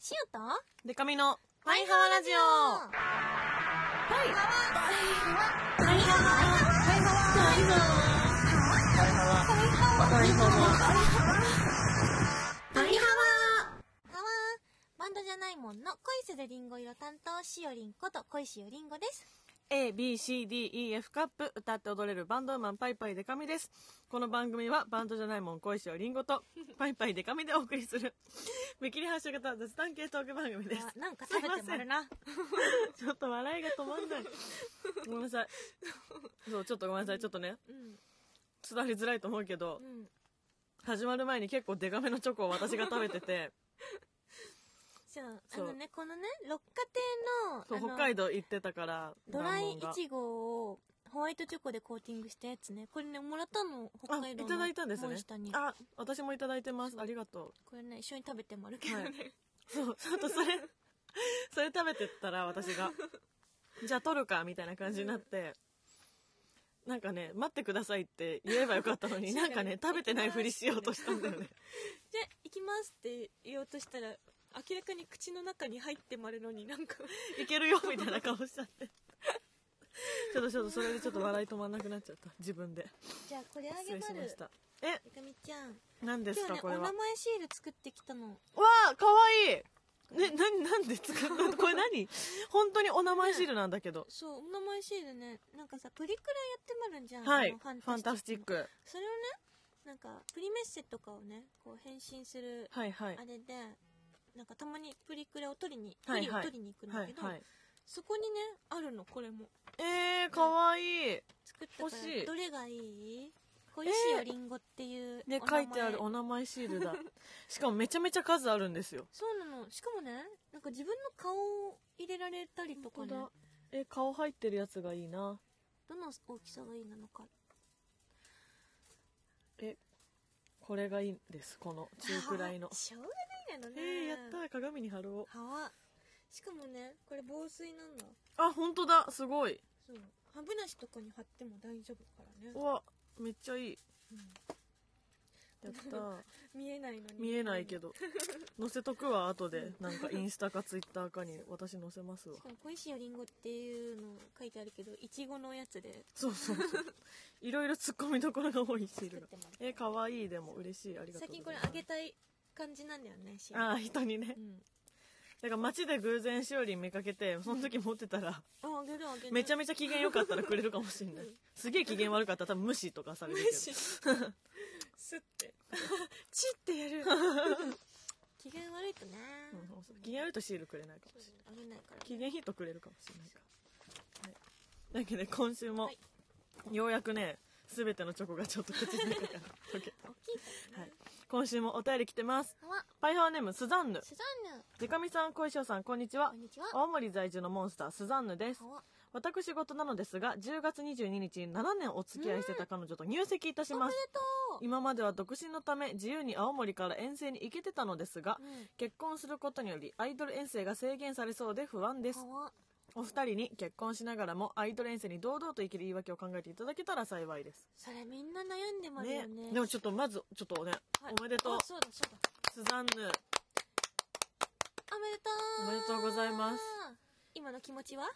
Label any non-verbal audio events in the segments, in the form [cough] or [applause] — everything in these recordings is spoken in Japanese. シュートデカミのワイハワラジオワイハワワイハハワワーバンドじゃないもんの恋するリンゴ色担当しおりんこと恋しおりんごです A, B, C, D, E, F カップ歌って踊れるバンドウーマンパイパイデカミです。この番組はバンドじゃないもん恋しおりん [laughs] ごとパイパイデカミでお送りする見切り発車型雑談系トーク番組です。あなんか食べてもらうなちょっと笑いが止まんない。ごめんなさい。そう、ちょっとごめんなさい。ちょっとね、うん伝わりづらいと思うけどう、ん始まる前に結構デカめのチョコを私が食べ [laughs] てて、そうあそうのねこのね六花そ亭のう北あの海道行ってたから、ドライイ難問がチゴをホワイトチョコでコーティングしたやつねこれねもらったの北あ、海い道のただいたんですね森下に。あ、私もいただいてます。ありがとこれね一緒に食べてもらうけどね、 [laughs] はいう。そう、ちょっとそれ、 [laughs] それ食べてったら私が、じゃあ取るか、みたいな感じになって、なんかね、待ってくださいって言えばよかった [laughs] のに、なんかね、食べてないふりしようとしたんだよね。じゃあ行きますって言おうとしたら明らかに口の中に入ってまるのになんかいけるよみたいな顔しちゃってちょっとちょっとそれでちょっと笑い止まんなくなっちゃった自分でじゃあこれあ失げ礼しままるしたえいかみちゃん何です今か日ねこおれ名は前わシール作ってきたのあかわいいね何なんですか [laughs] これ何本当にお名前シールなんだけどそうお名前シールねなんかさプリクラやってまるんじゃん、はいあのファンタスティッのクそれをねなんかプリメッセとかをねこう返信するはいはいあれで、なんかたまにプリクラを取りにプはいリをはい取りに行くんはだいけど、はいそこにねあるのこれもえー、かわいい作ったか欲しいらどれがいい小石よりんごっていうでお名書前いてあるお名前シールだ [laughs] しかもめちゃめちゃ数あるんですよそうなのしかもねなんか自分の顔を入れられたりとかねえ顔入ってるやつがいいなどの大きさがいいなのかこれがいいんですこの中くらいのあ [laughs] しょうがないなのえねー、やったー鏡に貼ろうはわしかもねこれ防水なんだあ本当だすごいそう歯ブラシとかに貼っても大丈夫からうねわめっちゃいいやったー見えないのに見えないけど載せとくわ後でなんかインスタかツイッターかに私載せますわしかも小石よりんごっていうの書いてあるけどいちごのやつでそうそう [laughs] そういろいろツッコミどころが多いシー作っルがてもらったえ可愛いでも嬉しいありがと最うござい近こますれあげたい感じなんだよねシールあー人にねうんだから街で偶然しおりん見かけてその時持ってたらああげるあげるめちゃめめちゃ機嫌良かったらくれるかもしれないすげえ機嫌悪かったら多分無視とかされるけどしすって [laughs] チってや [laughs] る機嫌悪いとねうん機嫌悪いとシールくれないかもしれないあげないから期限ヒントくれるかもしれないから、はい、だけどね今週も、はいようやくね全てのチョコがちょっと口の中から大溶けきいからはい [laughs] 今週もお便り来てますはわパイハーネームスザンヌスザンヌでかみさん小石さんこんにちはこんにちは青森在住のモンスタースザンヌですはわ私事なのですが10月22日に7年お付き合いしてた彼女と入籍いたしおめまですと今までは独身のため自由に青森から遠征に行けてたのですがううん結婚することによりアイドル遠征が制限されそうで不安ですはわお二人に結婚しながらもアイドル遠征に堂々と生きる言い訳を考えていただけたら幸いです、それみんな悩んでまるよねでもちょっとまずちょっとね、はいおめでとうあそうだそうだスザンヌおめでとうおめでとうございます今の気持ちは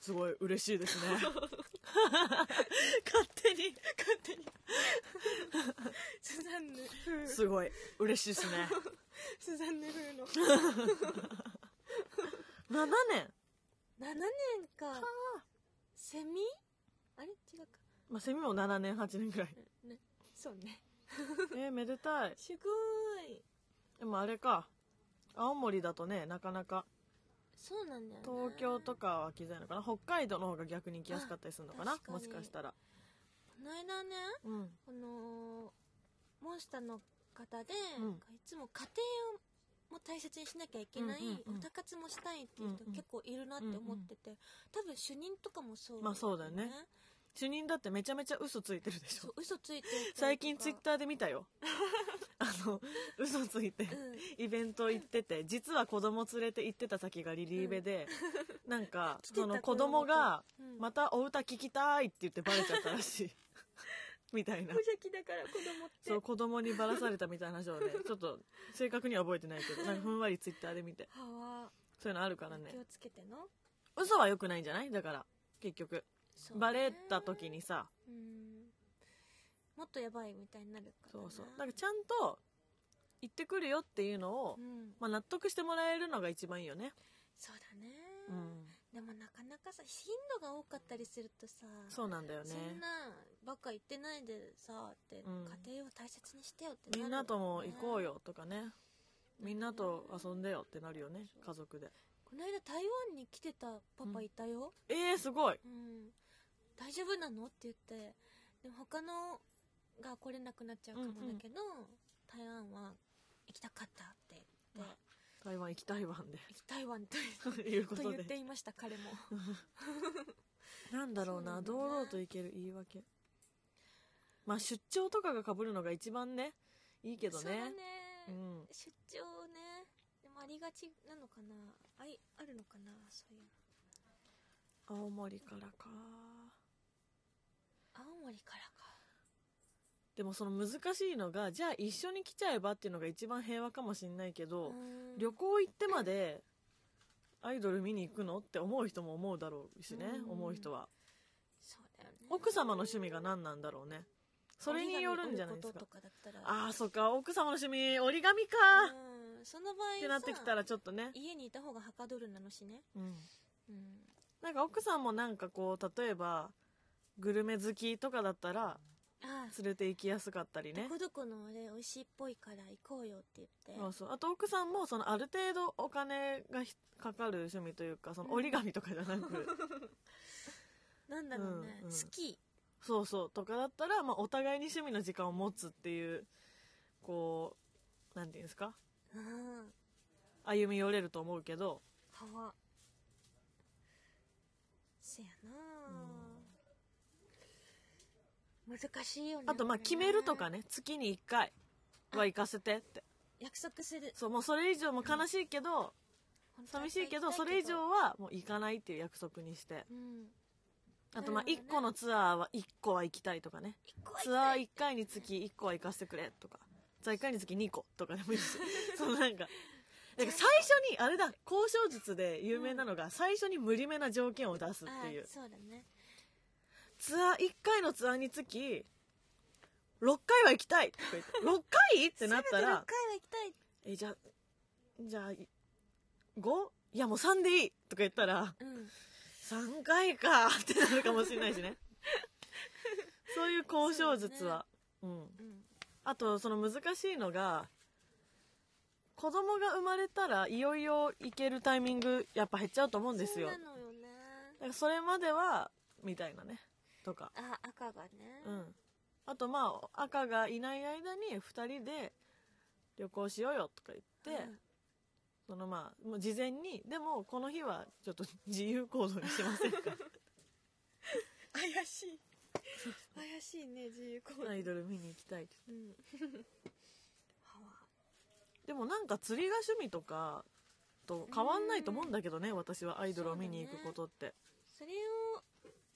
すごい嬉しいですね勝手に勝手にスザンヌ風すごい嬉しいですねスザンヌ風の7年、 7年かセミあれ違うかまあ、セミも7年8年ぐらいねそうねえー、めでたいすごーいでもあれか青森だとねなかなかそうなんだよね東京とかは来づらいのかな北海道の方が逆に来やすかったりするのかなあ確かにもしかしたらこの間ねうんあのーモンスターの方で、うんなんかいつも家庭をも大切にしなきゃいけない、うんうんうん歌活もしたいっていう人うんうん結構いるなって思ってて、多分主任とかもそう、まあそうだよね主任だってめちゃめちゃ嘘ついてるでしょそう嘘ついてる人とか最近ツイッターで見 [laughs] たよあの嘘ついてうんイベント行ってて実は子供連れて行ってた先がリリーベで、なんかてたその子供がうん [laughs] またお歌聞きたいって言ってバレちゃったらしいみたいな無。邪気だから子供ってそう、子供にばらされたみたいな話をね、 [laughs] ちょっと正確には覚えてないけど、なんかふんわりツイッターで見て。はそういうのあるかわらね気。をつけての嘘は良くないんじゃないだから、結局。そうねバレた時にさ、うんもっとやばいみたいになるからそなうそう。だからちゃんと、行ってくるよっていうのをう、んまあ納得してもらえるのが一番いいよね。そうだね、うん。でもなかなかさ頻度が多かったりするとさそうなんだよねそ。んなばっか言ってないでさって、うん家庭を大切にしてよってみんなとも行こうよよとかね。みんなと遊んでよってなるよねそう、家族で。この間台湾に来てたパパいたよ、えー、すごいうん大丈夫なのって言ってでも他のが来れなくなっちゃうかもだけど、台湾は行きたかったって言ってあ台湾行きたいわんで。行き台湾と [laughs] ということと言っで。ていました彼もなんだろうなそうなんだ堂な々といける言い訳まあ出張とかが被るのが一番ねいいけどねそうだね、うん、出張ねでもありがちなのかなあいあるのかなそういうの青森からか青森からかでもその難しいのがじゃあ一緒に来ちゃえばっていうのが一番平和かもしんないけうど、ん旅行行ってまでアイドル見に行くのって思う人も思うだろうしね、うん思う人はそうだよね奥様の趣味が何なんだろうねそれによるんじゃないです折り紙折かることとかだったらああそっか奥様の趣味折り紙か、うんその場合ってなってきたららちょっとね、家にいた方がはかどるなのしねうんうんなんか奥さんもなんかこう例えばグルメ好きとかだったらああ連れて行きやすかったりどねこどこのあれ美味しいっぽいから行こうよって言ってそうそうあと奥さんもそのある程度お金がひかかる趣味というかその折り紙とかじゃなく、 [laughs] なんだろうね、うんうんスキそうそうとかだったら、まあ、お互いに趣味の時間を持つっていうこうなんていうんですかーうん歩み寄れると思うけど川せやなあ、難しいよねあとまこれねあ決めるとかね月に1回は行かせてって約束するそうもうそれ以上も悲しいけど寂しいけどそれ以上はもう行かないっていう約束にしてうんあとまあなるほどね1個のツアーは1個は行きたいとかね一個は行きツアたーい1回につき1個は行かせてくれとかツアー1回につき2個とかでもい [laughs] いしそうなんかなんか最初にあれだ交渉術で有名なのが最初に無理めな条件を出すっていうあそうだねツアー1回のツアーにつき6回は行きたいとか言 [laughs] って6回ってなったせめてら六回は行きたいえじゃあじゃあ 5? いやもう3でいいとか言ったらうん3回か [laughs] ってなるかもしれないしね [laughs] そういう交渉術はう,、んうんあとその難しいのが子供が生まれたらいよいよ行けるタイミングやっぱ減っちゃうと思うんですよそだうかなのよねらそれまではみたいなねとかあ赤がねうんあとまあ赤がいない間に2人で旅行しようよとか言って、うんそのまあもう事前にでもこの日はちょっと自由行動にしま [laughs] せんか怪しい [laughs] 怪しいね自由行動アイドル見に行きたいってうんはわでもなんか釣りが趣味とかと変わんないと思うんだけどね私はアイドルを見に行くことって、それを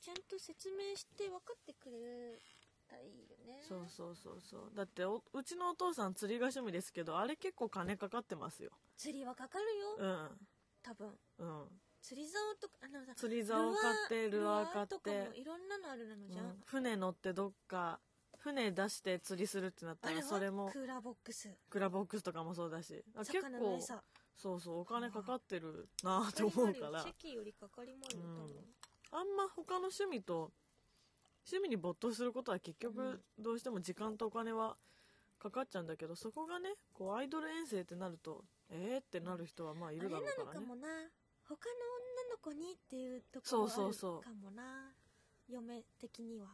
ちゃんと説明して分かってくれたらいいよねそうそうそうそうだっておうちのお父さん釣りが趣味ですけどあれ結構金かかってますよ釣りはかかるようん多分うん釣り竿とかあのさ釣り竿買ってルアー買っルとかてもいろんなのあるなのじゃん、うん船乗ってどっか船出して釣りするってなったあれらはそれもクーラーボックスクラボックスとかもそうだしあ結魚の構餌そうそうお金かかってるなと思うからチェキよりかかりまるよ多分、うんあんま他の趣味と趣味に没頭することは結うん局どうしても時間とお金はかかっちゃうんだけどそこがねこうアイドル遠征ってなるとえーってなる人はまあいあるれだなろうのかからねもな他の女の子にっていうところはあそうそうるそうかもな嫁的には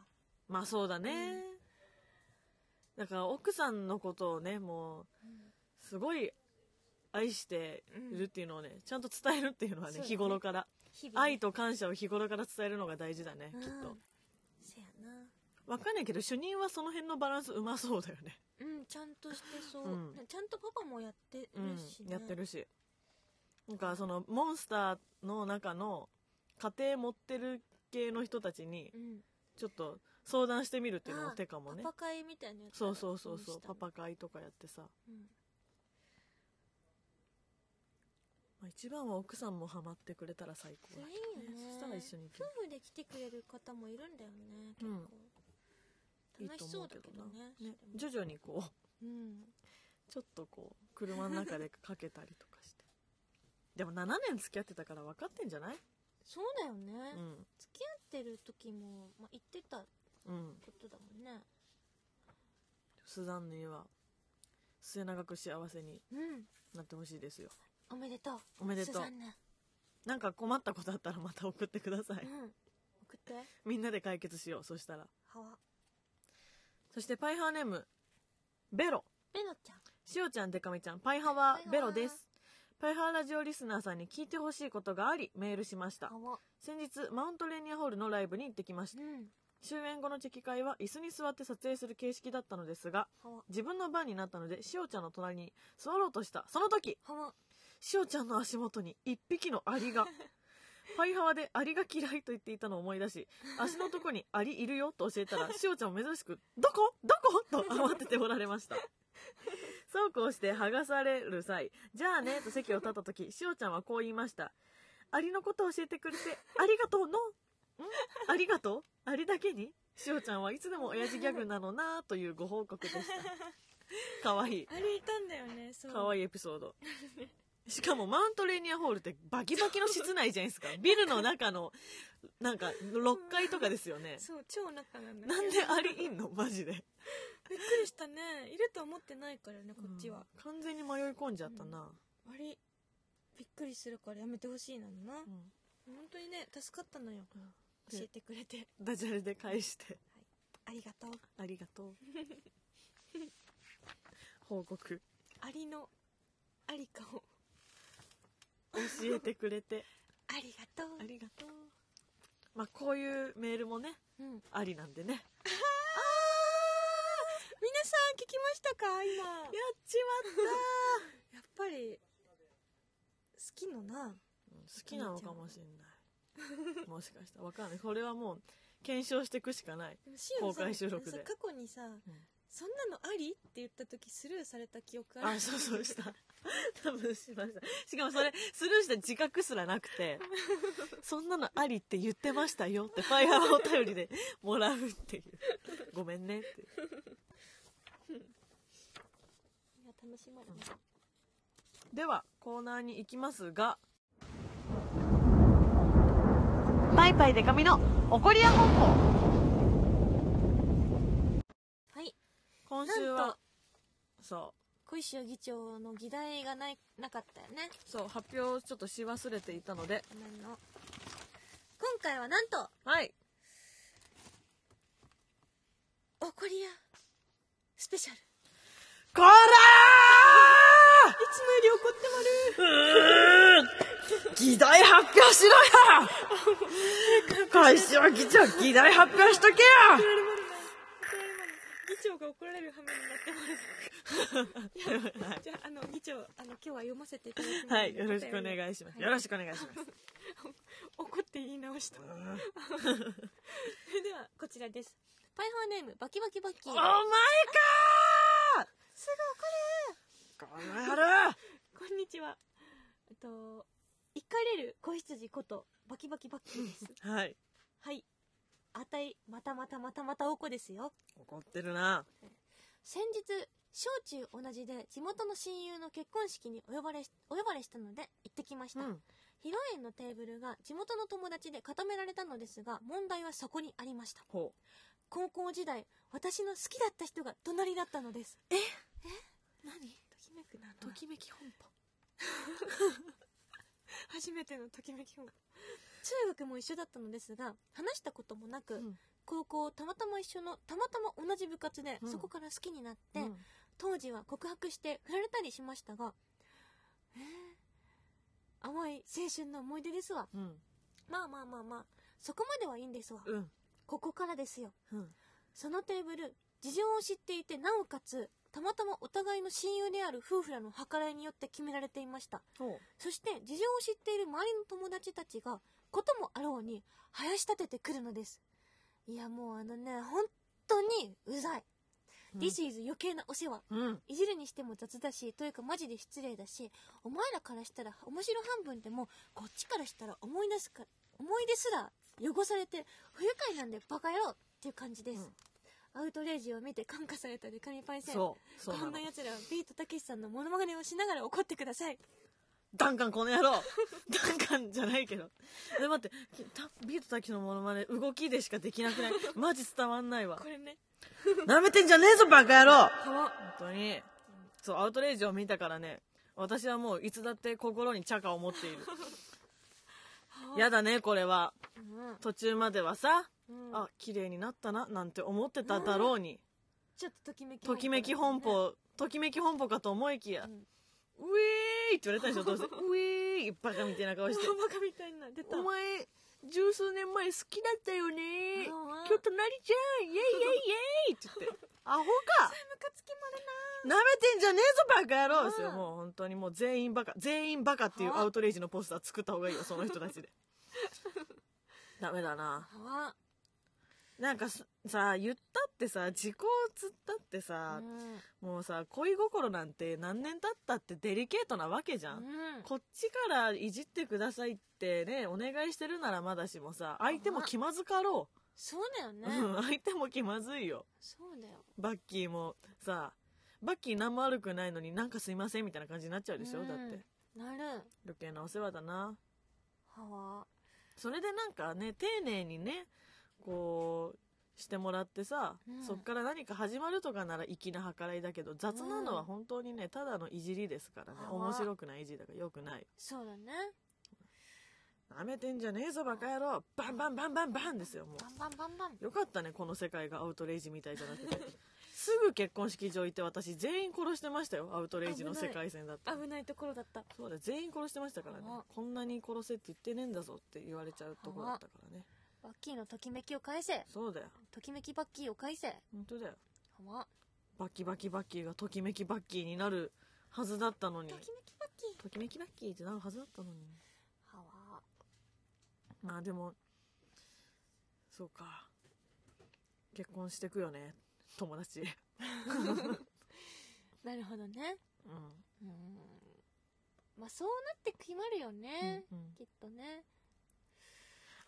まあそうだね、だから奥さんのことをねもうすごい愛しているっていうのをね、ちゃんと伝えるっていうのはねそうだね日頃から日々ね愛と感謝を日頃から伝えるのが大事だね、うんきっとせやなわかんないけど主任はその辺のバランスうまそうだよねうんちゃんとしてそう、うんねちゃんとパパもやってるしね、やってるしなんかそのモンスターの中の家庭持ってる系の人たちにうんちょっと相談してみるっていうのも手かもねパパ会みたいなやつそうそうそうそうしたパのパ会とかやってさ、うんまあ、一番は奥さんもハマってくれたら最高それだいけいよどねねそしたら一緒に行ける夫婦で来てくれる方もいるんだよね結うん構楽しそうだけどねいいと思うけそどなねれも徐々にこううんちょっとこう車の中でかけたりとかしてでも7年付き合ってたから分かってんじゃないそうだよねうん付き合ってる時もまあ言ってたこうんとだもんねスザンヌには末永く幸せにうんなってほしいですよおめでとうおめでスとうザンヌなんか困ったことあったらまた送ってくださいうん送ってみんなで解決しようそしたらはわそしてパイハーネームベロベノちゃんしおちゃんでかみちゃんパイハはパイハワベロですパイハーラジオリスナーさんに聞いてほしいことがありメールしましたあわ先日マウントレーニアホールのライブに行ってきましたうん終演後のチェキ会は椅子に座って撮影する形式だったのですがはわ自分の番になったのでしおちゃんの隣に座ろうとしたその時はわしおちゃんの足元に一匹のアリがパイハワでアリが嫌いと言っていたのを思い出し足のとこにアリいるよと教えたらしおちゃんも珍しく「どこどこ?」 [laughs] と慌てておられましたそうこうして剥がされる際「じゃあね」と席を立った時しおちゃんはこう言いました「アリのことを教えてくれてありがとうの」ん「ありがとうアリだけに」しおちゃんはいつでも親父ギャグなのなというご報告でしたかわいいあれいたんだよねそう可愛いエピソードしかもマウントレーニアホールってバキバキの室内じゃないですかビルの中のなんか6階とかですよねそう超仲なんだよなんでアリいんのマジでびっくりしたねいると思ってないからねこっちは、うん完全に迷い込んじゃったな、あれびっくりするからやめてほしいなのな、うん本当にね助かったのよ、うん教えてくれてダジャレで返してありがとうありがとう報告アリのありかを教えてくれてありがとうありがとうまあこういうメールもねうん、皆ありなんでねやっさん聞きましたか今やちっぱり好きのなまった好きなのかもしれないもしかしたらわかんないこれはもう検証していくしかないでもシオンさ公開収録さで過去にさ、そんなのありって言った時スルーされた記憶あるあ、そうそうした。多分しました。しかもそれ、スルーした自覚すらなくて、そんなのありって言ってましたよって、ファイヤーお便りでもらうっていう。ごめんねっていいう。や楽しまるねでは、コーナーに行きますが、パイパイデカミの怒りや本舗はい今週なんはと、そ小石代議長の議題がないなかったよねう、そう、発表をちょっとし忘れていたので、ごめんの今回はなんとはい、怒りやスペシャルこらーいつもより怒ってま [laughs] る議題発表しろや会社は議長、議題発表しとけや議長が怒られる羽目になってまるじゃああの議長あの今日は読ませていただきますはい、よろしくお願いします。はいよろしくお願いします。怒って言い直したそれではこちらですパイハーネームバキバキバッキーおす前かーすこの野郎ぐ怒るこんにちはえっと怒れる子羊ことバキバキバッキーですはい、はいあたいまたまたまたまたおこですよ怒ってるな。先日小中同じで地元の親友の結婚式にお呼ばれしお呼ばれしたので行ってきました、ん。披露宴のテーブルが地元の友達で固められたのですが問題はそこにありましたほ高校時代私の好きだった人が隣だったのですええ何ときめくなう。きめき本舗。初めてのときめき本中学も一緒だったのですが話したこともなく、うん高校たまたま一緒のたまたま同じ部活で、うんそこから好きになって、で、当時は告白して振られたりしましたが、えー甘い青春の思い出ですわうん。まあまあまあまあそこまではいいんですわうん。ここからですようん。そのテーブル事情を知っていてなおかつたまたまお互いの親友である夫婦らの計らいによって決められていましたほそして事情を知っている周りの友達たちがこともあろうに林立ててくるのですいやもうあのね本当にうざい、うんディ This is 余計なお世話うんいじるにしても雑だしというかマジで失礼だしお前らからしたら面白半分でもこっちからしたら思い出すか思い出すら汚されて不愉快なんでバカ野郎っていう感じです、アウトレイジを見て感化されたでカニパイセンそうそうこなんのな奴らはビートたけしさんのモノマネをしながら怒ってくださいダンカンこの野郎ダンカンじゃないけどで待ってきたビートたけしのモノマネ動きでしかできなくないマジ伝わんないわこれねなめてんじゃねえぞバカ野郎かわ本当にそうアウトレイジを見たからね私はもういつだって心に茶化を持っているやだねこれはうん途中まではさ、うんあ綺麗になったななんて思ってただろうに、ちょっとときめきときめき本ね舗ときめき本舗かと思いきや、うんウィーって言われたでしょどうせウィーバカみたいな顔してバカみたいな出お前十数年前好きだったよねああ今日隣じゃんイエイイエイイエイって言って [laughs] アホかムカつきまるなめてんじゃねえぞバカ野郎ですようんもう本当にもう全員バカ全員バカっていうアウトレイジのポスター作った方がいいよその人た [laughs] ちでダメだななあなんかすさ言ったってさ時効つったってさ、もうさ恋心なんて何年経ったってデリケートなわけじゃん、うんこっちからいじってくださいってねお願いしてるならまだしもさ相手も気まずかろそうだよう、ねうん相手も気まずいよそうだよバッキーもさバッキー何も悪くないのになんかすいませんみたいな感じになっちゃうでしょ、うんだってなる余計なお世話だなはあそれでなんかね丁寧にねこうしてもらってさ、うんそっから何か始まるとかなら粋な計らいだけど雑なのはうん本当にねただのいじりですからねあわ面白くないいじりだからよくないそうだねなめてんじゃねえぞバカ野郎バンバンバンバンバンですよもバンバンバンバンうよかったねこの世界がアウトレイジみたいじゃなく [laughs] てすぐ結婚式場行って私全員殺してましたよアウトレイジの世界線だったら危ないところだったそうだよ全員殺してましたからねあこんなに殺せって言ってねえんだぞって言われちゃうとこだったからねバッキーのときめきを返せそうだよときめきバッキーを返せは本当だよまバッキバキバッキーがときめきバッキーになるはずだったのにときめきバッキときめきバッキーってなるはずだったのにーはわまあでもそうか結婚してくよね友達なるほどねうん、うんまあそうなって決まるよねうんうんきっとね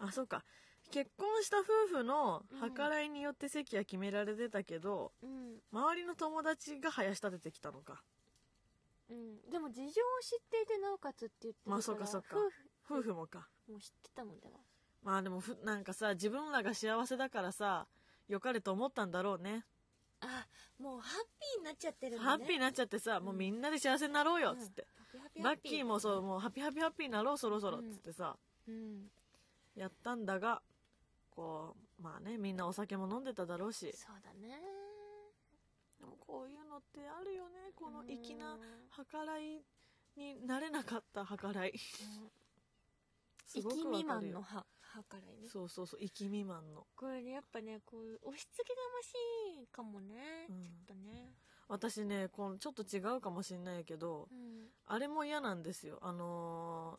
あそうか結婚した夫婦の計らいによって席は決められてたけど、うん周りの友達が林立ててきたのかうんでも事情を知っていてなおかつって言ってるからまあそうかそうか夫夫婦もか婦も知ってたもんだわまあでもふなんかさ自分らが幸せだからさ良かれと思ったんだろうねあもうハッピーになっちゃってるのねハッピーになっちゃってさ、もうみんなで幸せになろうよっつって、ハピーバハッッピキーもそうもうハピハピハピになろうそろそろっつってさ、うんやったんだがこうまあねみんなお酒も飲んでただろうしそうだねでもこういうのってあるよねこの粋うなん計らいになれなかった計 [laughs] らいす生ごきく未わかる満よの歯歯からねそうそうそう生き未満の、これやっぱねこう押し付けがましいかもね、うんちょっとね私ねこのちょっと違うかもしんないけどうんあれも嫌なんですよあの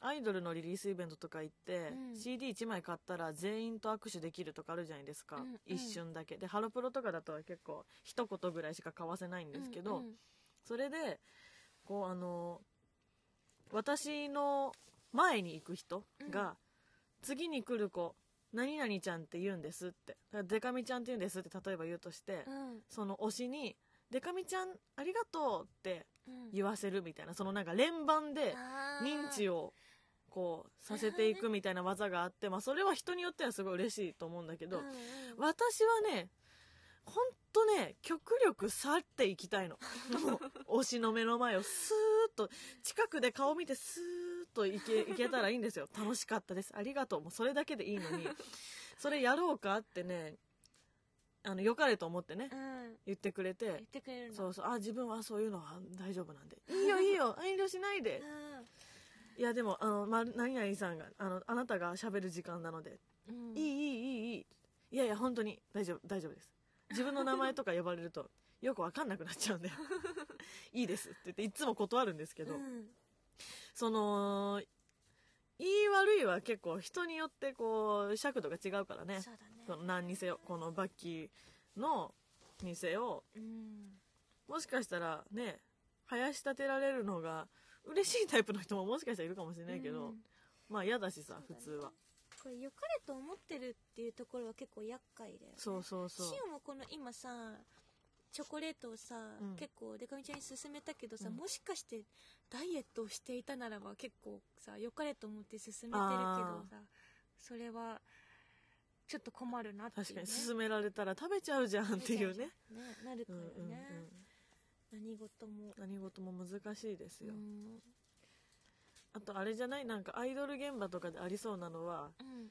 ーアイドルのリリースイベントとか行って、うん CD1 枚買ったら全員と握手できるとかあるじゃないですか、うんうん一瞬だけでハロプロとかだと結構一言ぐらいしか交わせないんですけど、うんうんそれでこうあのー私の前に行く人が、次に来る子何々ちゃんって言うんですってだからデカミちゃんって言うんですって例えば言うとして、うんその推しに「デカミちゃんありがとう」ってうん言わせるみたいなそのなんか連番であー認知をこうさせていくみたいな技があって、まあ、それは人によってはすごい嬉しいと思うんだけど、うんうん私はねほんとね極力去っていきた [laughs] いのもう推しの目の前をスーッと近くで顔見てスーッといけいけたらいいんですよ楽しかったですありがとうもうそれだけでいいのにそれやろうかってねあの良かれと思ってねうん言ってくれて、言ってくれるのそうそうあ自分はそういうのは大丈夫なんでいいよいいよ遠慮しないでいやでもあの、ま、何々さんがあのあなたが喋る時間なので、うんうんいいいいいいいいいやいや本当に大丈夫大丈夫です自分の名前とか呼ばれると [laughs] よくわかんなくなっちゃうんで [laughs] いいですって言っていつも断るんですけど、うんその言い悪いは結構人によってこう尺度が違うからねそうだねこの何にせよこのバッキーのにせようんもしかしたらね生やし立てられるのが嬉しいタイプの人ももしかしたらいるかもしれないけど、うんまあ嫌だしさそ普うだね通はこれ良かれと思ってるっていうところは結構厄介だよねそうそうそうシオンもこの今さチョコレートをさ、うん結構デカミちゃんに勧めたけどさ、うんもしかしてダイエットをしていたならば結構さ良かれと思って勧めてるけどあさそれはちょっと困るなっていう、確かね、に勧められたら食べちゃうじゃんっていうねねなるかうんらうんね、うん何事も何事も難しいですよ、うんあとあれじゃないなんかアイドル現場とかでありそうなのはうん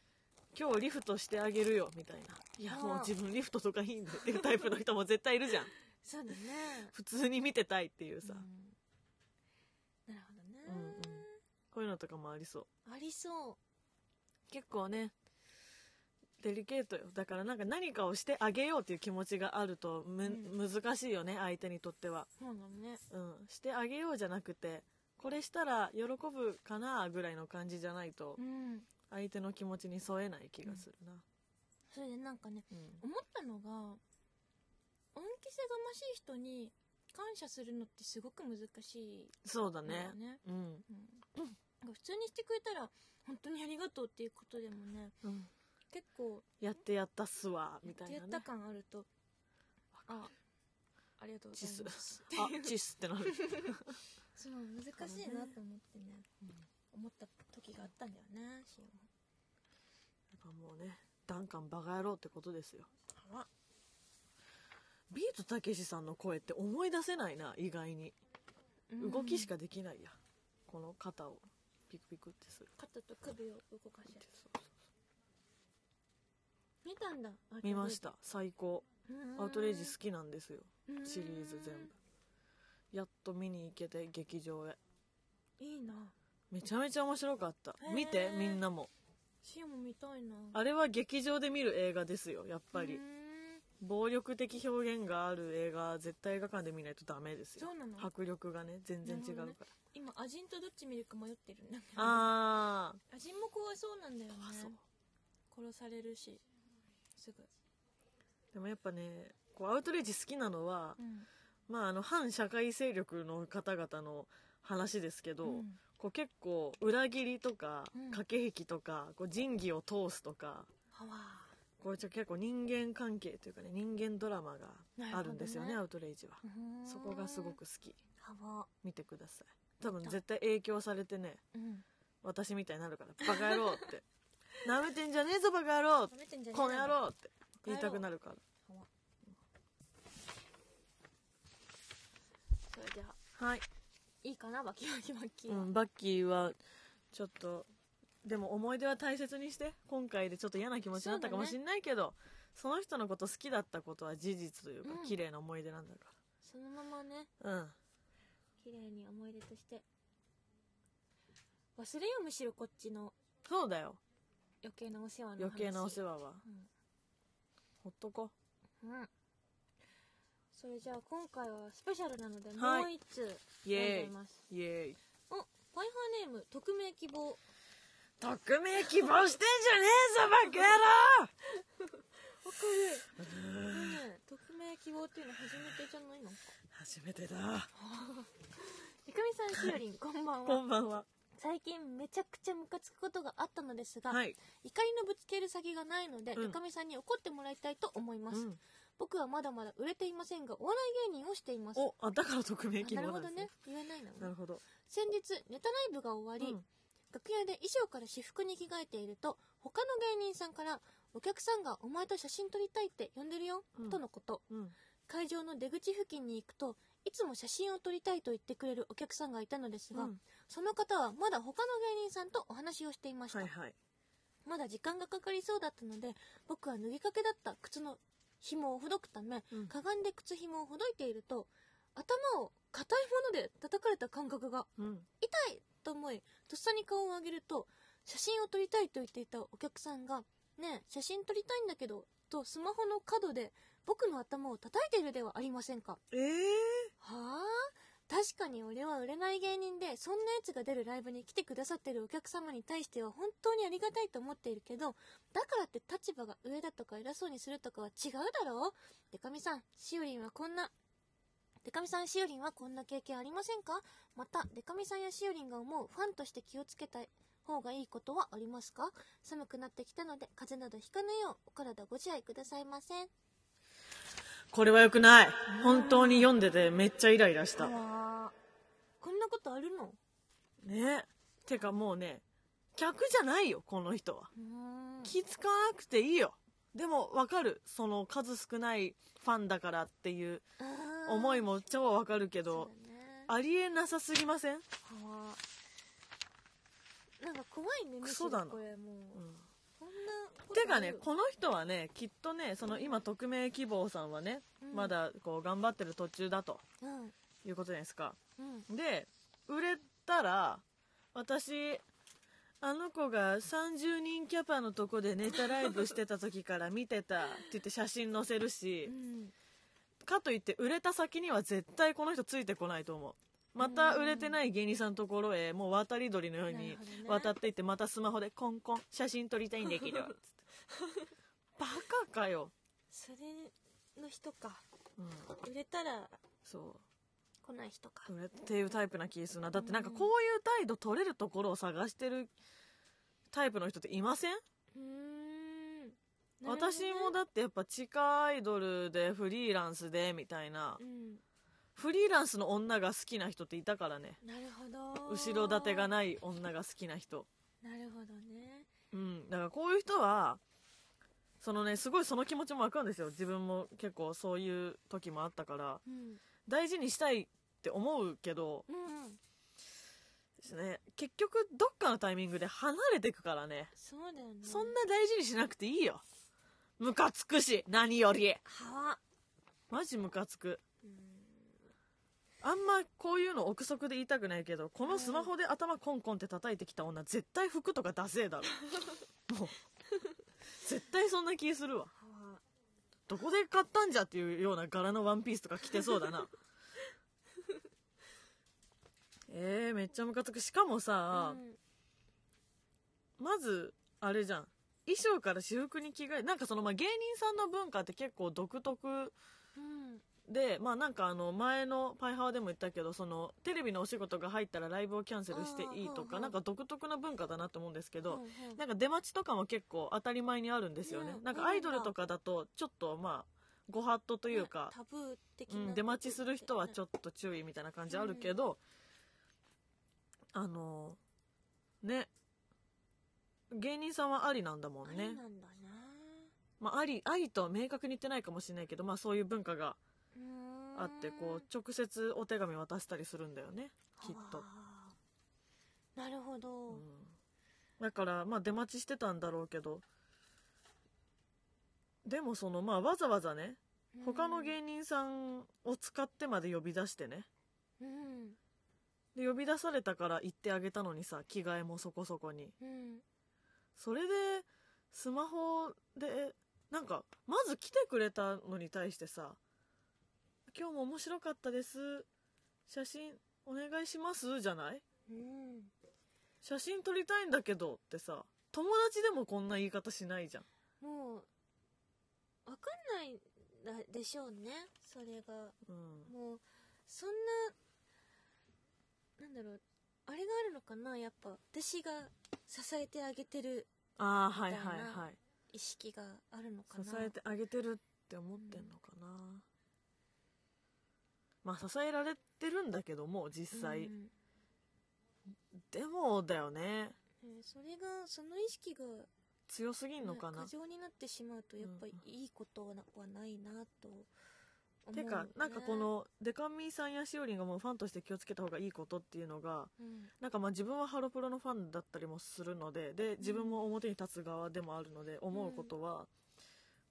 今日リフトしてあげるよみたいないやもう自分リフトとかいいんだっていうタイプの人も絶対いる [laughs] じゃんそうだね普通に見てたいっていうさ、うんなるほどね、うんうんこういうのとかもありそうありそう結構ねデリケートよだからなんか何かをしてあげようっていう気持ちがあるとむ、難しいよね相手にとっては、そうだねうん、してあげようじゃなくてこれしたら喜ぶかなぐらいの感じじゃないとうん相手の気持ちに添えない気がするな、それでなんかねうん思ったのが恩着せがましい人に感謝するのってすごく難しいそうだんねだよねうん、うんなんか普通にしてくれたら本当にありがとうっていうことでもねうん結構やってやったっすわみたいな、ね、やった感あるとあありがとうございますあチッスってなる、そう難しいなと思ってね思った時があったんだよねシオンだからもうねダンカンバカ野郎ってことですよあらビートたけしさんの声って思い出せないな意外に動きしかできないや、この肩をピクピクってする肩と首を動かして見たんだ見ました最高アウトレイジ好きなんですよきシリーズ全部やっと見に行けて劇場へいいなめちゃめちゃ面白かったへー見てみんなもシオンも見たいなあれは劇場で見る映画ですよやっぱりうーん暴力的表現がある映画は絶対映画館で見ないとダメですよそうなの迫力がね全然違うから、なるほ今アジンとどっち見るか迷ってるねあアジンも怖そうなんだよねあそう殺されるしすぐでもやっぱねこうアウトレイジ好きなのはう、んまあ、あの反社会勢力の方々の話ですけど、うんこう結構裏切りとかうん駆け引きとかこう仁義を通すとかはわこうちょ結構人間関係というかね人間ドラマがあるんですよねなアウトレイジはーそこがすごく好きはわ見てください多分絶対影響されてねうん私みたいになるからバカ野郎ってなめてんじゃねえぞバカ野郎食べてんじゃねえこの野は郎って言いたくなるからわそれじゃあはい、いいかなバキバキバキうは、ん、バッキーはちょっとでも思い出は大切にして今回でちょっと嫌な気持ちになったかもしんないけどそ,、の人のこと好きだったことは事実というか、うん綺麗な思い出なんだかそのままねらうん綺麗に思い出として忘れよむしろこっちのそうだよ余計なお世話の話余計なお世話はうんほっとこうん。それじゃあ今回はスペシャルなのでもはいう一通うイエ読んでみーイます。イエーイお、パイハーネーム、匿名希望。匿名希望してんじゃねえぞバカ野郎ね匿名希望っていうの初めてじゃないのか。初めてだひかみさん、ひよりん、こんばんこは。んばんは最近めちゃくちゃムカつくことがあったのですが、はい、怒りのぶつける先がないので、うんゆかみさんに怒ってもらいたいと思いまうす。ん、僕はまだまだ売れていませんが、お笑い芸人をしています。おあだから匿名希あなる望なほんどですね。言えないのなねる。ほど先日、ネタライブが終わり、うん楽屋で衣装から私服に着替えていると他の芸人さんから「お客さんがお前と写真撮りたいって呼んでるよ」うんとのことうん会場の出口付近に行くといつも写真を撮りたいと言ってくれるお客さんがいたのですが、うんその方はまだ他の芸人さんとお話をしていました、はいはいまだ時間がかかりそうだったので僕は脱ぎかけだった靴の紐をほどくため、うんかがんで靴紐をほどいていると頭を硬いもので叩かれた感覚がうん痛いと思いとっさに顔を上げると写真を撮りたいと言っていたお客さんが「ねえ写真撮りたいんだけど」とスマホの角で僕の頭を叩いているではありませんかええはあ確かに俺は売れない芸人でそんなやつが出るライブに来てくださってるお客様に対しては本当にありがたいと思っているけどだからって立場が上だとか偉そうにするとかは違うだろうデカミさんしおりんはこんなデカミさんしおりんはこんな経験ありませんかまたデカミさんやしおりんが思うファンとして気をつけたい方がいいことはありますか寒くなってきたので風邪などひかぬようお体ご自愛くださいませんこれは良くない。本当に読んでてめっちゃイライラした。ねわこんなことあるのてかもうね、客じゃないよ、この人は。うん気使わなくていいよ。でもわかる。その数少ないファンだからっていう思いもも超わかるけそど、うだねありえなさすぎませんあーなんか怖いねクソだなむしろこれもううんこんなことてかねあるこの人はねきっとねその今匿名希望さんはね、うんまだこう頑張ってる途中だとうんいうことじゃないですかうんで売れたら私あの子が30人キャパのとこでネタライブしてた時から [laughs] 見てたって言って写真載せるしうんかといって売れた先には絶対この人ついてこないと思うまた売れてない芸人さんのところへもう渡り鳥のようなにるほどね渡っていってまたスマホでコンコン写真撮りたいんだけ [laughs] どつってバカかよ、それの人かうん、売れたらそ来ない人かう売れっていうタイプな気するなだってなんかこういう態度取れるところを探してるタイプの人っていませんうーんなるほどね私もだってやっぱ地下アイドルでフリーランスでみたいなうんフリーランスの女が好きな人っていたからねなるほど後ろ盾がなない女が好きな人るほどねうんだからこういう人はそのねすごいその気持ちもわかるんですよ自分も結構そういう時もあったからうん大事にしたいって思うけどうんですね結局どっかのタイミングで離れてくからねそうだよねそんな大事にしなくていいよムカつくし何よりはわマジムカつくうんあんまこういうの憶測で言いたくないけどこのスマホで頭コンコンって叩いてきた女絶対服とかダセえだろもう絶対そんな気するわはわどこで買ったんじゃっていうような柄のワンピースとか着てそうだなえー、めっちゃムカつくしかもさう、んまずあれじゃん衣装から私服に着替えなんかそのまあ芸人さんの文化って結構独特うんでまあなんかあの前の「パイハワ」でも言ったけどそのテレビのお仕事が入ったらライブをキャンセルしていいとあーはあはかあなんか独特な文化だなと思うんですけど、うんうんなんか出待ちとかも結構当たり前にあるんですよね、うんなんかアイドルとかだとちょっとまあご法度というか、タブー的う、なん出待ちする人はちょっっと注意みたいな感じあるけど、あのね芸人さんはありなんだもとんねなんだなまあ、ありありとは明確に言ってないかもしれないけど、まあ、そういう文化がうーんあってこう直接お手紙渡したりするんだよねきっと、あーなるほど、うん、だから、まあ、出待ちしてたんだろうけどでもその、まあ、わざわざね他の芸人さんを使ってまで呼び出してねうんで呼び出されたから行ってあげたのにさ着替えもそこそこにうんそれでスマホでなんかまず来てくれたのに対してさ「今日も面白かったです写真お願いします」じゃないうん写真撮りたいんだけどってさ友達でもこんな言い方しないじゃんもうわかんないなでしょうねそれがうんもうそんななんだろうあれがあるのかなやっぱ私が支えてあげてるああはいはいみたいはない意識があるのかな支えてあげてるって思ってんのかな、まあ支えられてるんだけども実際、うんでもだよねうんそれがその意識が強すぎんのかな過剰になってしまうとやっぱりいいことはなはないなと思うてね、かなんかこのデカミさんやしおりんがもうファンとして気をつけた方がいいことっていうのがうん、なんかまあ自分はハロプロのファンだったりもするのでで自分も表に立つ側でもあるので思うことは、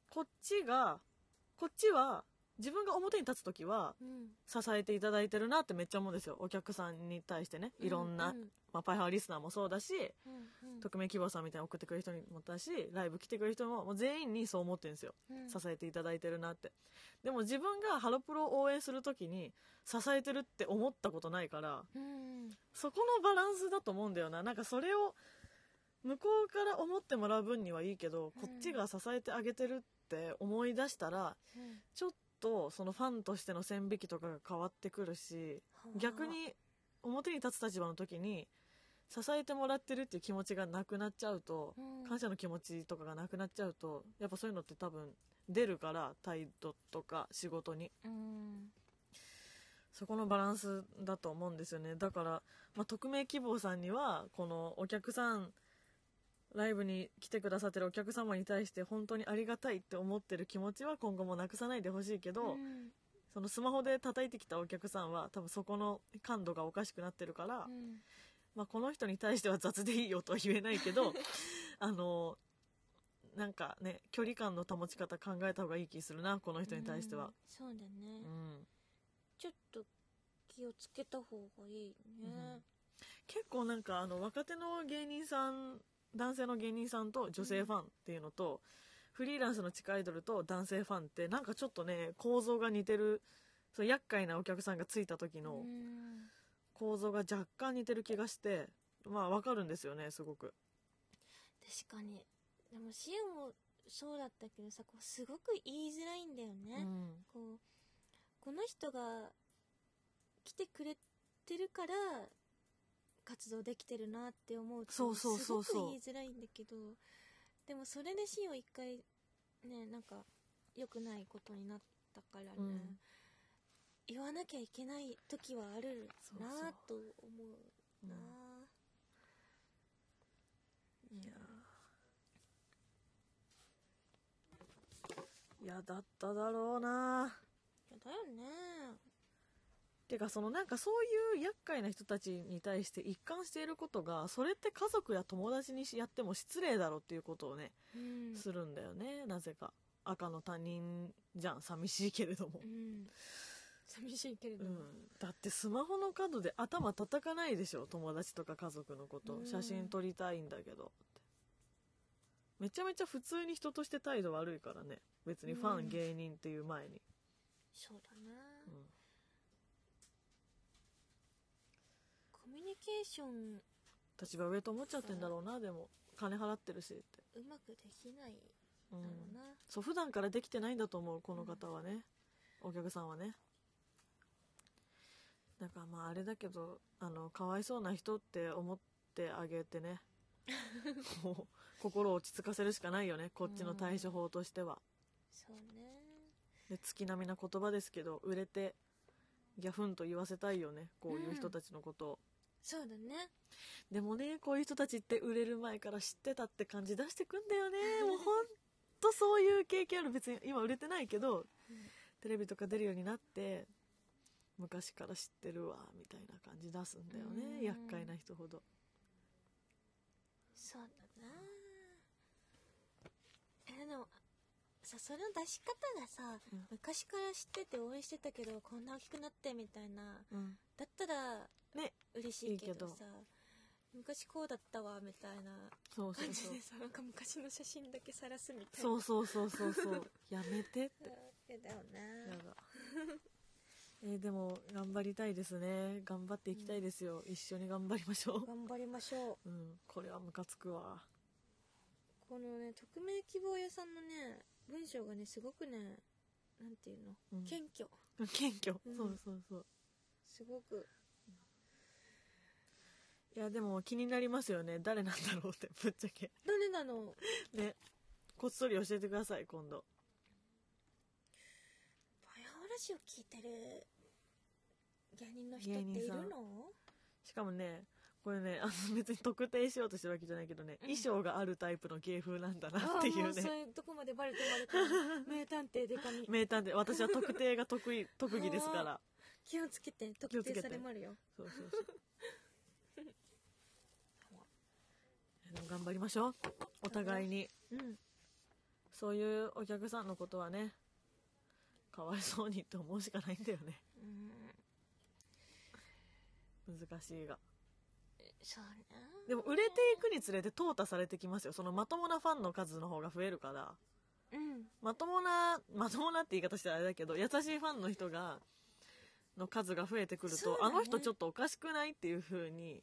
こっちがこっちは自分が表に立つ時はうん支えていただいてるなってめっちゃ思うんですよお客さんに対してねいろんな、うんまあ、パイハーリスナーもそうだし、うんうん匿名希望さんみたいに送ってくれる人にもだしライブ来てくれる人ももう全員にそう思ってるんですようん支えていただいてるなってでも自分がハロプロを応援する時に支えてるって思ったことないからうんそこのバランスだと思うんだよななんかそれを向こうから思ってもらう分にはいいけどこっちが支えてあげてるって思い出したらうんちょっとそのファンとしての線引きとかが変わってくるし逆に表に立つ立場の時に支えてもらってるっていう気持ちがなくなっちゃうとうん感謝の気持ちとかがなくなっちゃうとやっぱそういうのって多分出るから態度とか仕事にうんそこのバランスだと思うんですよねだから、まあ、匿名希望さんにはこのお客さんライブに来てくださってるお客様に対して本当にありがたいって思ってる気持ちは今後もなくさないでほしいけど、うんそのスマホで叩いてきたお客さんは多分そこの感度がおかしくなってるから、うんまあ、この人に対しては雑でいいよとは言えないけどあのなんかね距離感の保ち方考えた方がいい気するなこの人に対してはうん。そうだねうんちょっと気をつけた方がいいね結構なんかあの若手の芸人さん男性の芸人さんと女性ファンっていうのと、フリーランスの地下アイドルと男性ファンってなんかちょっとね構造が似てるそう厄介なお客さんがついた時うのん構造が若干似てる気がしてまあわかるんですよねすごく確かにでも支援もそうだったけどさこうすごく言いづらいんだよね、うこんうこの人が来てくれてるから活動できてるなって思うとそうそうそうそうすごく言いづらいんだけどでもそれでシーンを一回ねなんか良くないことになったからね、うん言わなきゃいけない時はあるそうそなうあと思うなうんいやーいやだっただろうなやだよねてかそのなんかそういう厄介な人たちに対して一貫していることがそれって家族や友達にしやっても失礼だろっていうことをね、うんするんだよねなぜか赤の他人じゃん寂しいけれどもう、ん寂しいけれうどんも、だってスマホの角で頭叩かないでしょ友達とか家族のこと、うん写真撮りたいんだけどってめちゃめちゃ普通に人として態度悪いからね別にファン、うん芸人っていう前に、そうだな、うんコミュニケーション立場上と思っちゃってんだろうなでも金払ってるしって、うまくできないうんだろうな、そう普段からできてないんだと思うこの方はね、お客さんはねだからまああれだけどあのかわいそうな人って思ってあげて [laughs] ねもう心を落ち着かせるしかないよねこっちの対処法としては、そうねで月並みな言葉ですけど売れてギャフンと言わせたいよねこういう人たちのことを、そうだねでもねこういう人たちって売れる前から知ってたって感じ出してくんだよねもうほんとそういう経験ある別に今売れてないけど、テレビとか出るようになって昔から知ってるわみたいな感じ出すんだよね、うん厄介な人ほどそうだなえでもさそれの出し方がさ、うん昔から知ってて応援してたけどこんな大きくなってみたいなだったらね嬉しいけどいいけさ昔こうだったわみたいなそうそう感そじうでさなんか昔の写真だけ晒すみたいなそうそうそうそう [laughs] そうやめてってやだよやねだえーでも頑張りたいですね頑張っていきたいですよ、一緒に頑張りましょ頑張りましょうう、うん、これはムカつくわこのね匿名希望屋さんのね文章がねすごくねなんていうの、うん謙虚謙虚、うんそうそうそうすごくいやでも気になりますよね誰なんだろうって [laughs] ぶっちゃけ誰なのねこっそり教えてください今度バイオラジオ聞いてる芸人の人ってい芸る人のさんしかもねこれねあの別に特定しようとしてるわけじゃないけどね、衣装があるタイプの芸風なんだなっていああもううそうねいうとこまでバレてまれたの名探偵でかみ [laughs] 名探偵私は特定が [laughs] 得意特技ですかあら気をつけて気を特つけて定されまるよそうそうそう [laughs] でも頑張りましょうお互いにうんそういうお客さんのことはねかわいそうにって思うしかないんだよねうん難しいがそうねでも売れていくにつれて淘汰されてきますよそのまともなファンの数の方が増えるからうんまともなまともなって言い方したらあれだけど優しいファンの人がの数が増えてくるそうと、だあねの人ちょっとおかしくないっていう風に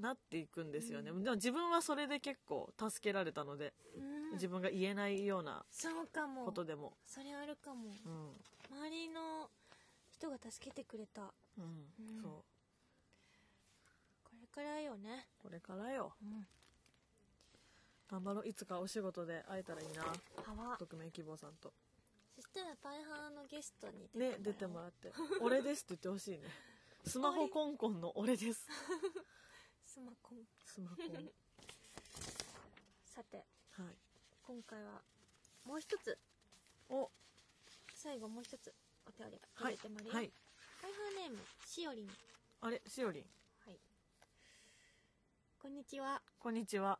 なっていくんですよね、でも自分はそれで結構助けられたので、うん自分が言えないようなそうかもことでも、それあるかもうん周りの人が助けてくれたうんうんそこれからよねうこれからようん頑張ろういつかお仕事で会えたらいいなパワー匿名希望さんとそしたらパイハーのゲストにね出てもらって「俺です」って言ってほしいね [laughs] スマホコンコンの「俺ですスマコン」スマコンさてはい今回はもう一つお最後もう一つお手りは届いいてまるよはいパイハーネームしおりんあれしおりんこんにちはこんにちは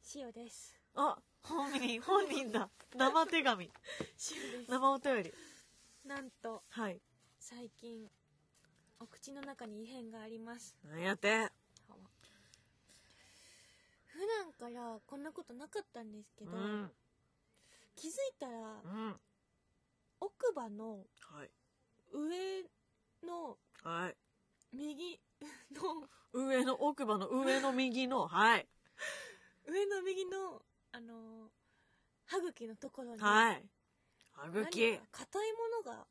しおですあ本 [laughs] 人本人だ生手紙しおで生お便り [laughs] なんとはい最近お口の中に異変がありますなんやって普段からこんなことなかったんですけうど、ん気づいたらうん奥歯のはい上のはい右の上の奥歯の上の右のはい上の右のあのー歯茎のところに何かはい歯茎硬いものが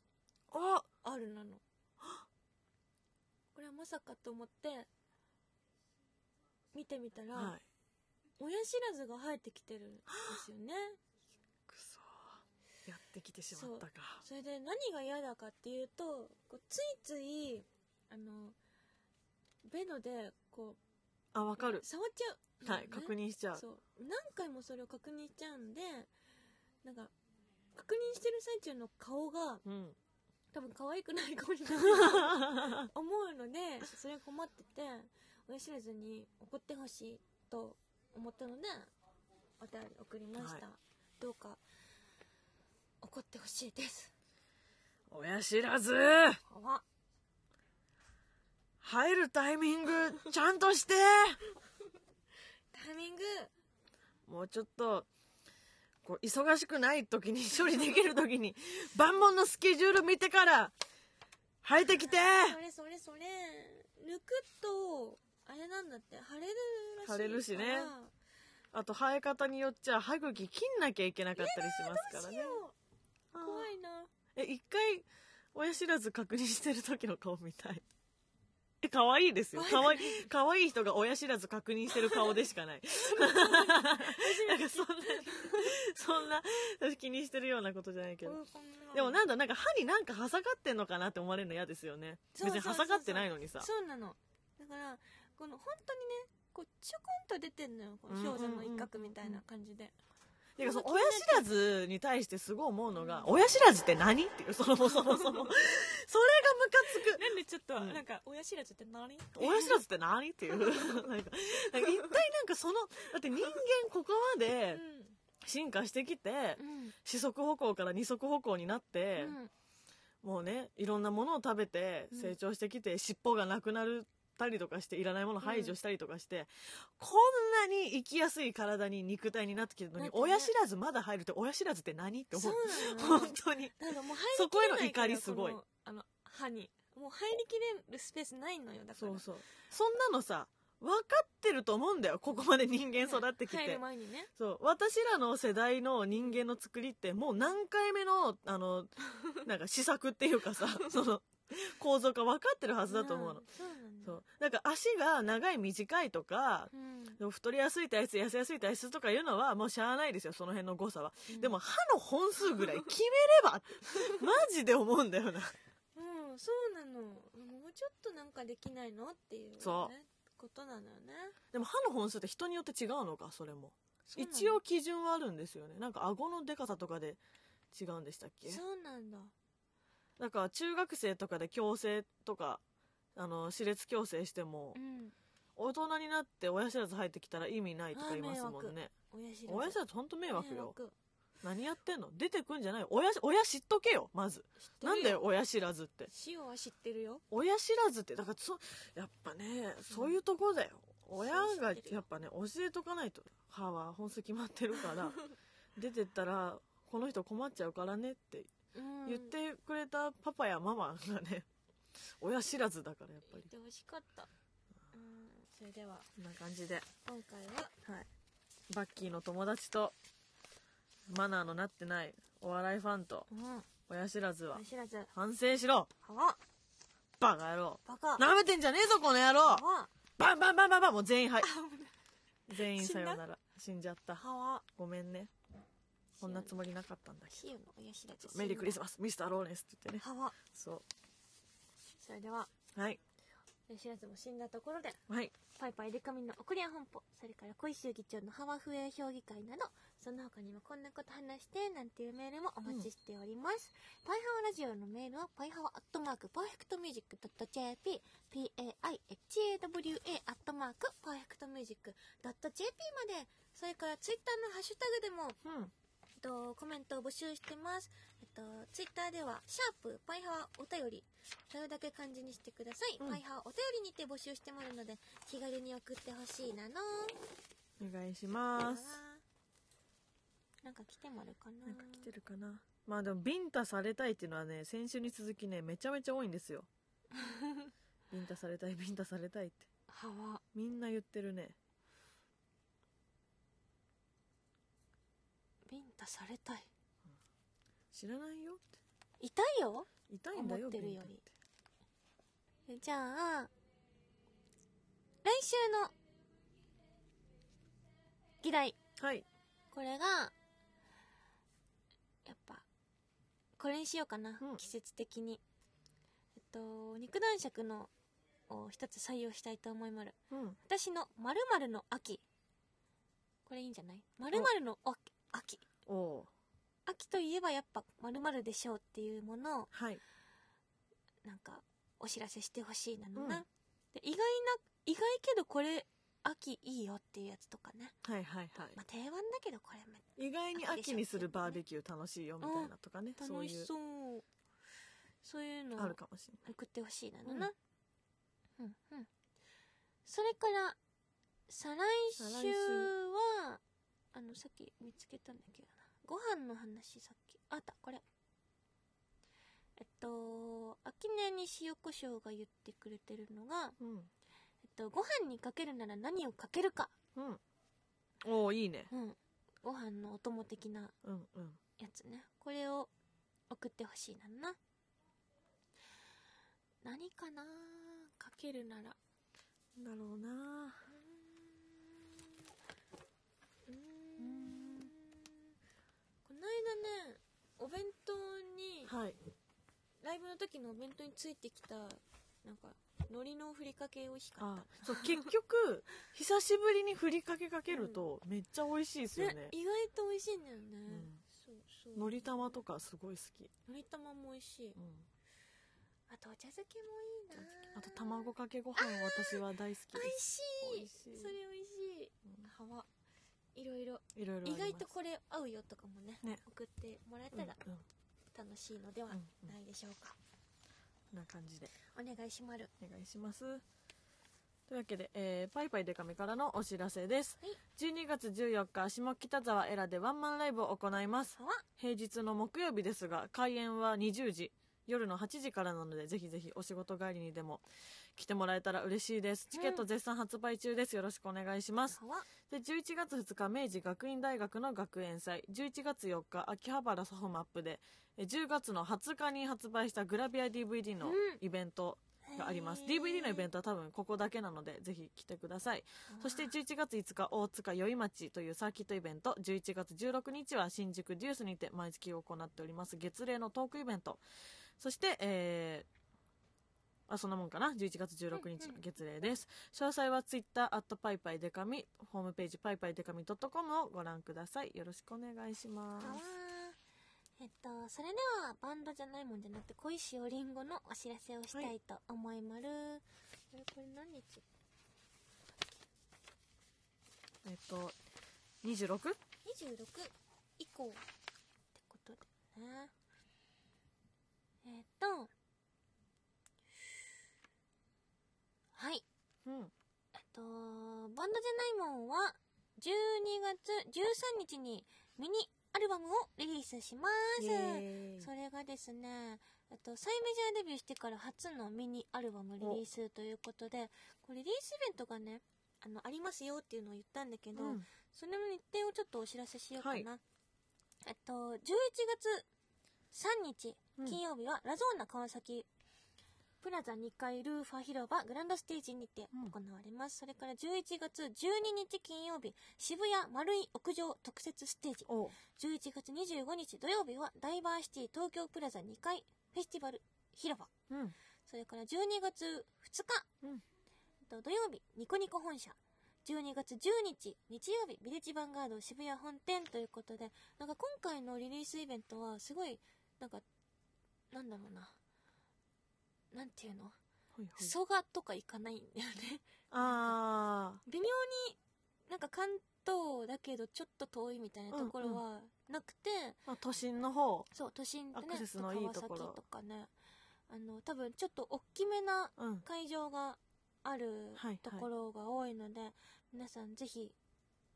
おあるなのこれはまさかと思って見てみたら、はい親知らずが生えてきてるんですよねくそやってきてしまったかそれで何が嫌だかっていうとこうついついあのベロでこあわかるう触っちゃうのはよね、い確認しちゃうそう何回もそれを確認しちゃうんでなんか確認してる最中の顔が [laughs] うん多分可愛くない顔になる [laughs] 思うのでそれ困ってて親知らずに怒ってほしいと思ったのでお便り送りました、はどうか怒ってほしいです親知らずかわ入るタイミングちゃんとしてタイミングもうちょっとこう忙しくない時に処理できる時に万問のスケジュール見てから入ってきてそれそれそれ抜くとあれなんだって腫れるらしいから腫れるしねあと生え方によっちゃ歯茎切んなきゃいけなかったりしますからねあー怖いなえ一回親知らず確認してる時の顔見たいえ可愛いですよ可愛い可愛い人が親知らず確認してる顔でしかない [laughs] なんかそんなそんな私気にしてるようなことじゃないけどでもなんだなんか歯になんか挟かってんのかなって思われるの嫌ですよねそうそうそうそう別に挟かってないのにさそうなのだからこの本当にねこうちょこんと出てんのよこの氷山の一角みたいな感じでてかその親知らずに対してすごい思うのが親知らずって何っていうそもそ [laughs] もそもそれがムカつくなんでちょっと、うんなんか親知らずって何親知らずって何っていうなんかなんか一体なんかそのだって人間ここまで進化してきてうん四足歩行から二足歩行になって、もうねいろんなものを食べてうん成長してきて、尻尾がなくなったりとかしていらないもの排除したりとかして、こんなに生きやすい体に肉体になってきてるのに、なってね親知らずまだ入るって親知らずって何って思そううなのよ本当になんかもう入そりこきへれのないから怒りすごいこのあの歯にもう入りきれるスペースないのよだからそうそうそんなのさ分かってると思うんだよここまで人間育ってき入てる前にねそう私らの世代の人間の作りってもう何回目の [laughs] あのなんか試作っていうかさその構造が分かってるはずだと思うの、んそうなんだそようなんか足が長い短いとかうんでも太りやすい体質痩せやすい体質とかいうのはもうしゃあないですよその辺の誤差は、うんでも歯の本数ぐらい [laughs] 決めればマジで思うんだよなうんそうなのもうちょっとなんかできないのっていう、ね、そうことなのよねでも歯の本数って人によって違うのかそれもそうなの一応基準はあるんですよねなんか顎のでかさとかで違うんでしたっけそうなんだだから中学生とかで矯正とかあの歯列矯正してもうん大人になって親知らず入ってきたら意味ないとか言いますもんね親知らず親知らずほんと迷惑よ迷惑何やってんの出てくんじゃないよ親親知っとけよまずなんだよ親知らずって塩は知ってるよ親知らずってだからそやっぱねそういうとこだよ、親がやっぱね教えとかないと歯は本数決まってるから [laughs] 出てったらこの人困っちゃうからねって言ってくれたパパやママがね [laughs] 親知らずだからやっぱ言っりてほしかったうんそれではこんな感じで、今回ははい、バッキーの友達とマナーのなってないお笑いファンとうん親知らずは知らず反省しろはバカ野郎バカなめてんじゃねえぞこの野郎はバンバンバンバンバンもう全員はい全員さよなら死んじゃったははごめんねこんなつもりなかったんだけ塩の親知らずどメリークリスママスミスターローレンスって言ってねははそそれではうはい親知らずも死んだところではいパイパイデカミンの送りや本舗それから小石議長のハワフエ評議会などその他にもこんなこと話してなんていうメールもお待ちしております、パイハワラジオのメールはパイハワアットマークパーフェクトミュージックドット JP PAIHAWA アットマークパーフェクトミュージックドット JP までそれからツイッターのハッシュタグでもうんえっと、コメントを募集してます。えっと、ツイッターでは、シャープ、パイハワお便り、それだけ漢字にしてください。うんパイハワお便りにて募集してもらうので、気軽に送ってほしいなのお願いしますなんか来てもらうかななんか来てるかなまあでもビンタされたいっていうのはね先週に続きねめちゃめちゃ多いんで [laughs] すよビンタされたいビンタされたいってハワ。みんな言ってるねビンタされたい。知らないよって痛いよ痛いんだよ思ってるよりビンタってじゃあ、来週の、議題。はいこれが、やっぱ、これにしようかな、うん季節的に。えっと、肉男爵の、を一つ採用したいと思いまる。うん私の〇〇の秋。これいいんじゃない〇〇の秋秋。おお秋といえばやっぱ〇〇でしょうっていうものを、うはいなんか、お知らせしてほしいなのな、うんで。意外な、意外けどこれ、秋いいよっていうやつとかね。はいはいはまあ定番だけどこれめい意外に秋にするバーベキュー楽しいよみたいなとかねそう楽いしうそう。そういうのをあるかもしれない送ってほしいなのな、うん、うんそれから再来週再来はあのさっき見つけたんだけどなご飯の話さっきあったこれえっと秋音に塩コショウが言ってくれてるのが、うえっと、ご飯にかけるなら何をかけるか、んうんおおいいねうん、ご飯のお供的なうんうんやつねこれを送ってほしいなのな何かなかけるならだろうなうーんこの間ねお弁当にはいライブの時のお弁当についてきたなんか海苔のふりかけ美味しかっあそう結 [laughs] 局久しぶりにふりかけかけるとめっちゃ美味しいですた、よねね意外と美味しいんだよね、んそうそうのり玉とかすごい好き、のり玉も美味しいうんあとお茶漬けもいいなあと卵かけご飯は私は大好き美で味すしい美味しいそれ美味しい幅いろいろいろいろあり意ます外とこれ合うよとかもねね送ってもらえうんうたんらこ楽しいのではないでしょうか、んな感じでお願いしまるお願いしますというわけで、えーパイパイデカミからのお知らせです、はい12月14日下北沢エラでワンマンライブを行いますはわ平日の木曜日ですが開演は20時夜の8時からなのでぜひぜひお仕事帰りにでも来てもらえたら嬉しいですチケット絶賛発売中ですよろしくお願いしますはわで11月2日明治学院大学の学園祭11月4日秋葉原ソフマップでえ10月の20日に発売したグラビア DVD のイベントがあります、へー DVD のイベントは多分ここだけなのでぜひ来てくださいそして11月5日大塚宵町というサーキットイベント11月16日は新宿デュースにて毎月行っております月例のトークイベントそして、えーあそんなもんかな11月16日の月例です、詳細はツイッターアットパイパイデカミホームページパイパイデカミ .com をご覧くださいよろしくお願いしまはすわえっとそれではバンドじゃないもんじゃなくて小石おりんごのお知らせをしたいと思いまる、これこれ何日えっと 26? 26以降ねえーっとはいうんえっとバンドじゃないもんは12月13日にミニアルバムをリリースしますイエーイそれがですね、えっと、サイメジャーデビューしてから初のミニアルバムリリースということで、これリリースイベントがね、あの、ありますよっていうのを言ったんだけど、うんその日程をちょっとお知らせしようかな。はいえっと、11月3日、うん金曜日は、ラゾーナ川崎、プラザ2階ルーファ広場グランドステージにてうん行われます。それから11月12日金曜日、渋谷丸い屋上特設ステージ。お11月25日土曜日はダイバーシティ東京プラザ2階フェスティバル広場うんそれから12月2日、うんと土曜日ニコニコ本社12月10日日曜日ビレッジヴァンガード渋谷本店ということでなんか今回のリリースイベントはすごいなんかなんだろうななんていうのほいほい蘇我とかいかないんだよね [laughs] ああ微妙になんか関東だけどちょっと遠いみたいなところはなくて、まあ都心の方そう都心ってねアクセスのいいところ川崎とかねあの多分ちょっと大きめなうん会場があるはいはいところが多いので、皆さんぜひ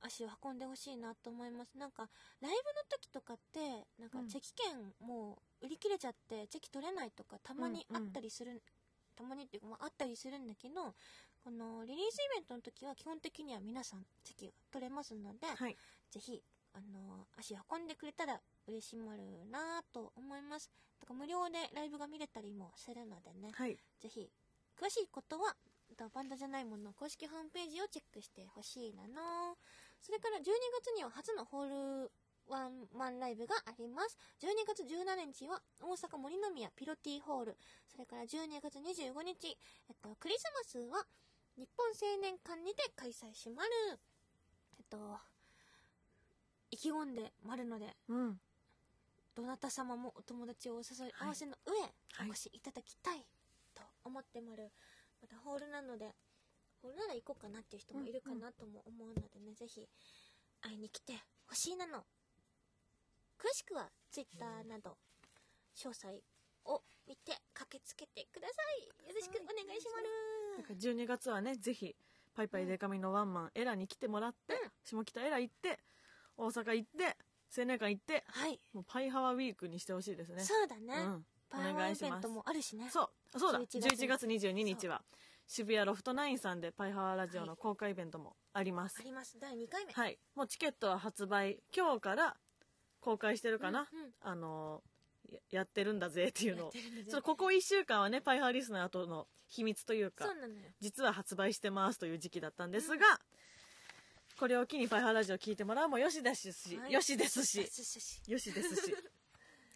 足を運んでほしいなと思いますなんかライブの時とかってなんかうんチェキ券もう売り切れちゃってチェキ取れないとかたまにあったりする、たまにっていうか、まあ、あったりするんだけどこのリリースイベントの時は基本的には皆さんチェキが取れますので、はいぜひ、あの、足運んでくれたら嬉しまるなぁと思います。とか無料でライブが見れたりもするのでね、はいぜひ、詳しいことは、あとバンドじゃないものの公式ホームページをチェックしてほしいなのそれから12月には初のホールワンマンライブがあります。12月17日は大阪森の宮ピロティホール。それから12月25日、えっと、クリスマスは日本青年館にて開催しまる。えっと、意気込んでまるので、うんどなた様もお友達をお誘いは合いわせの上、はいお越しいただきたいと思ってまる。またホールなので、ホールなら行こうかなっていう人もいるかなとも思うのでね、ぜひ会いに来てほしいなの。詳しくは Twitter など、詳細を見て駆けつけてください。よろしくお願いしまだる。から12月はねぜひパイパイデカミのワンマンエラに来てもらって、うん下北エラ行って大阪行って青年館行ってはい、もうパイハワウィークにしてほしいですねそうだね。うんパワーワンイベントお願いしもあるしね。そうあそうだ11 11月月22日は渋谷ロフトナインさんでパイハワラジオの公開イベントもありますあ、ります。第2回目。はい、もうチケットは発売今日から公開してるかな、うんうんあのーややってるんだぜっていうのやっをてるんだねちょっとここ1週間はねパイハワリスナーとの秘密というかそうなのよ。実は発売してますという時期だったんですが、これを機にパイハラジオ聞いてもらうもよしですし、はいよしですよ [laughs] ししよしよしですし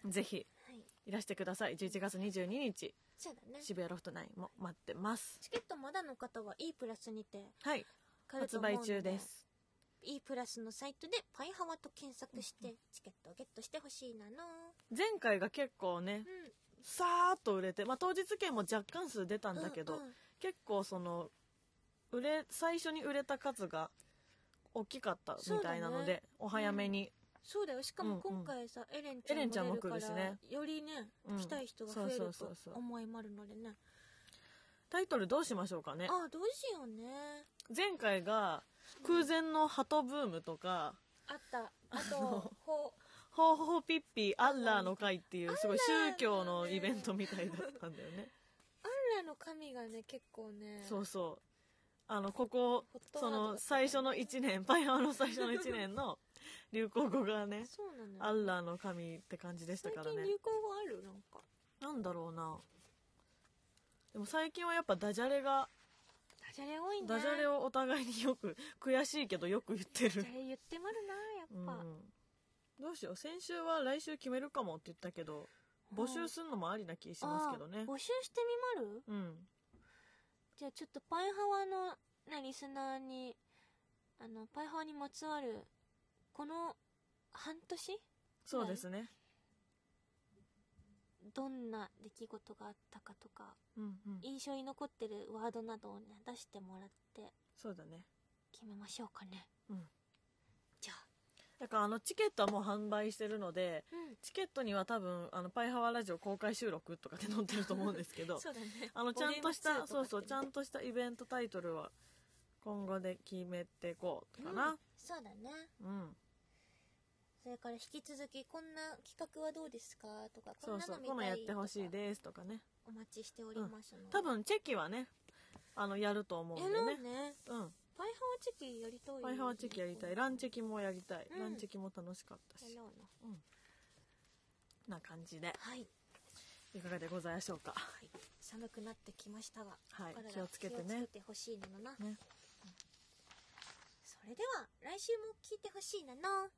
ぜひはい。いらしてください11月22日そうだね。チ渋谷ロフト9も待ってますケットまだの方は E プラスにてはい買えると発思うの売中です。 E プラスのサイトでパイハワと検索してチケットをゲットしてほしいなの。前回が結構ねうん。さーっと売れて、まあ、当日券も若干数出たんだけど、うんうん結構その売れ最初に売れた数が大きかったみたいなのそうだで、お早めに、そうだよ。しかもうんうん今回さ、エレンエレンちちゃゃんんもも出るから来るしねよりね、うん来たい人が増えるそうそうそとうそう思いまるのでね。タイトルどうしましょうかねああ、どうしようね。前回が空前の鳩ブームとか、あった。ああと [laughs] の、ほ、ほうほうピッピーアッラーの会っていうすごい宗教のイベントみたいだったんだよね。アンラの神がね、結構ね、そうそう。あの、ここホット、ワードそだったねの最初の1年、パイハワの最初の1年の流行語がね、そうなのよ。アッラーの神って感じでした最から近ね流。行語あるなんか。なんだろうな。でも最近はやっぱダジャレが、ダジャレ多いね。ダジャレをお互いによく、 [laughs] 悔しいけどよく言ってダるジャ。レ言ってまるな、やっぱ。うん、どうしよう先週は来週決めるかもって言ったけど募集するのもありな気しますけどあねー募集してみまるうんじゃあちょっとパイハワのなリスナーにあのパイハワにまつわるこの半年そうですね、どんな出来事があったかとかうんうん、印象に残ってるワードなどを、ね、出してもらってそうだね決めましょうかねうんじゃあだからあのチケットはもう販売してるのでうんチケットには多分「あのパイハワラジオ公開収録」とかって載ってると思うんですけどそうだねあのちゃんとしボリューム2とかったてそうそうちゃんとしたイベントタイトルは今後で決めていこうかなそうだねうんそれから引き続きこんな企画はどうですかとかこそんうなそのう見今たやっいてとかほしいですとかねお待ちしておりますので、多分チェキはねあのやると思うんやでろうねねうんパイハワチェキやりたいよねパイハワチェキやりたいやランチェキもやりたいうんランチェキも楽しかったしろうなな感じではいいかがでございましょうか寒くなってきましたがはいお体気をつけて気をねつけてほしいなのな、ねそれでは来週も聞いてほしいなの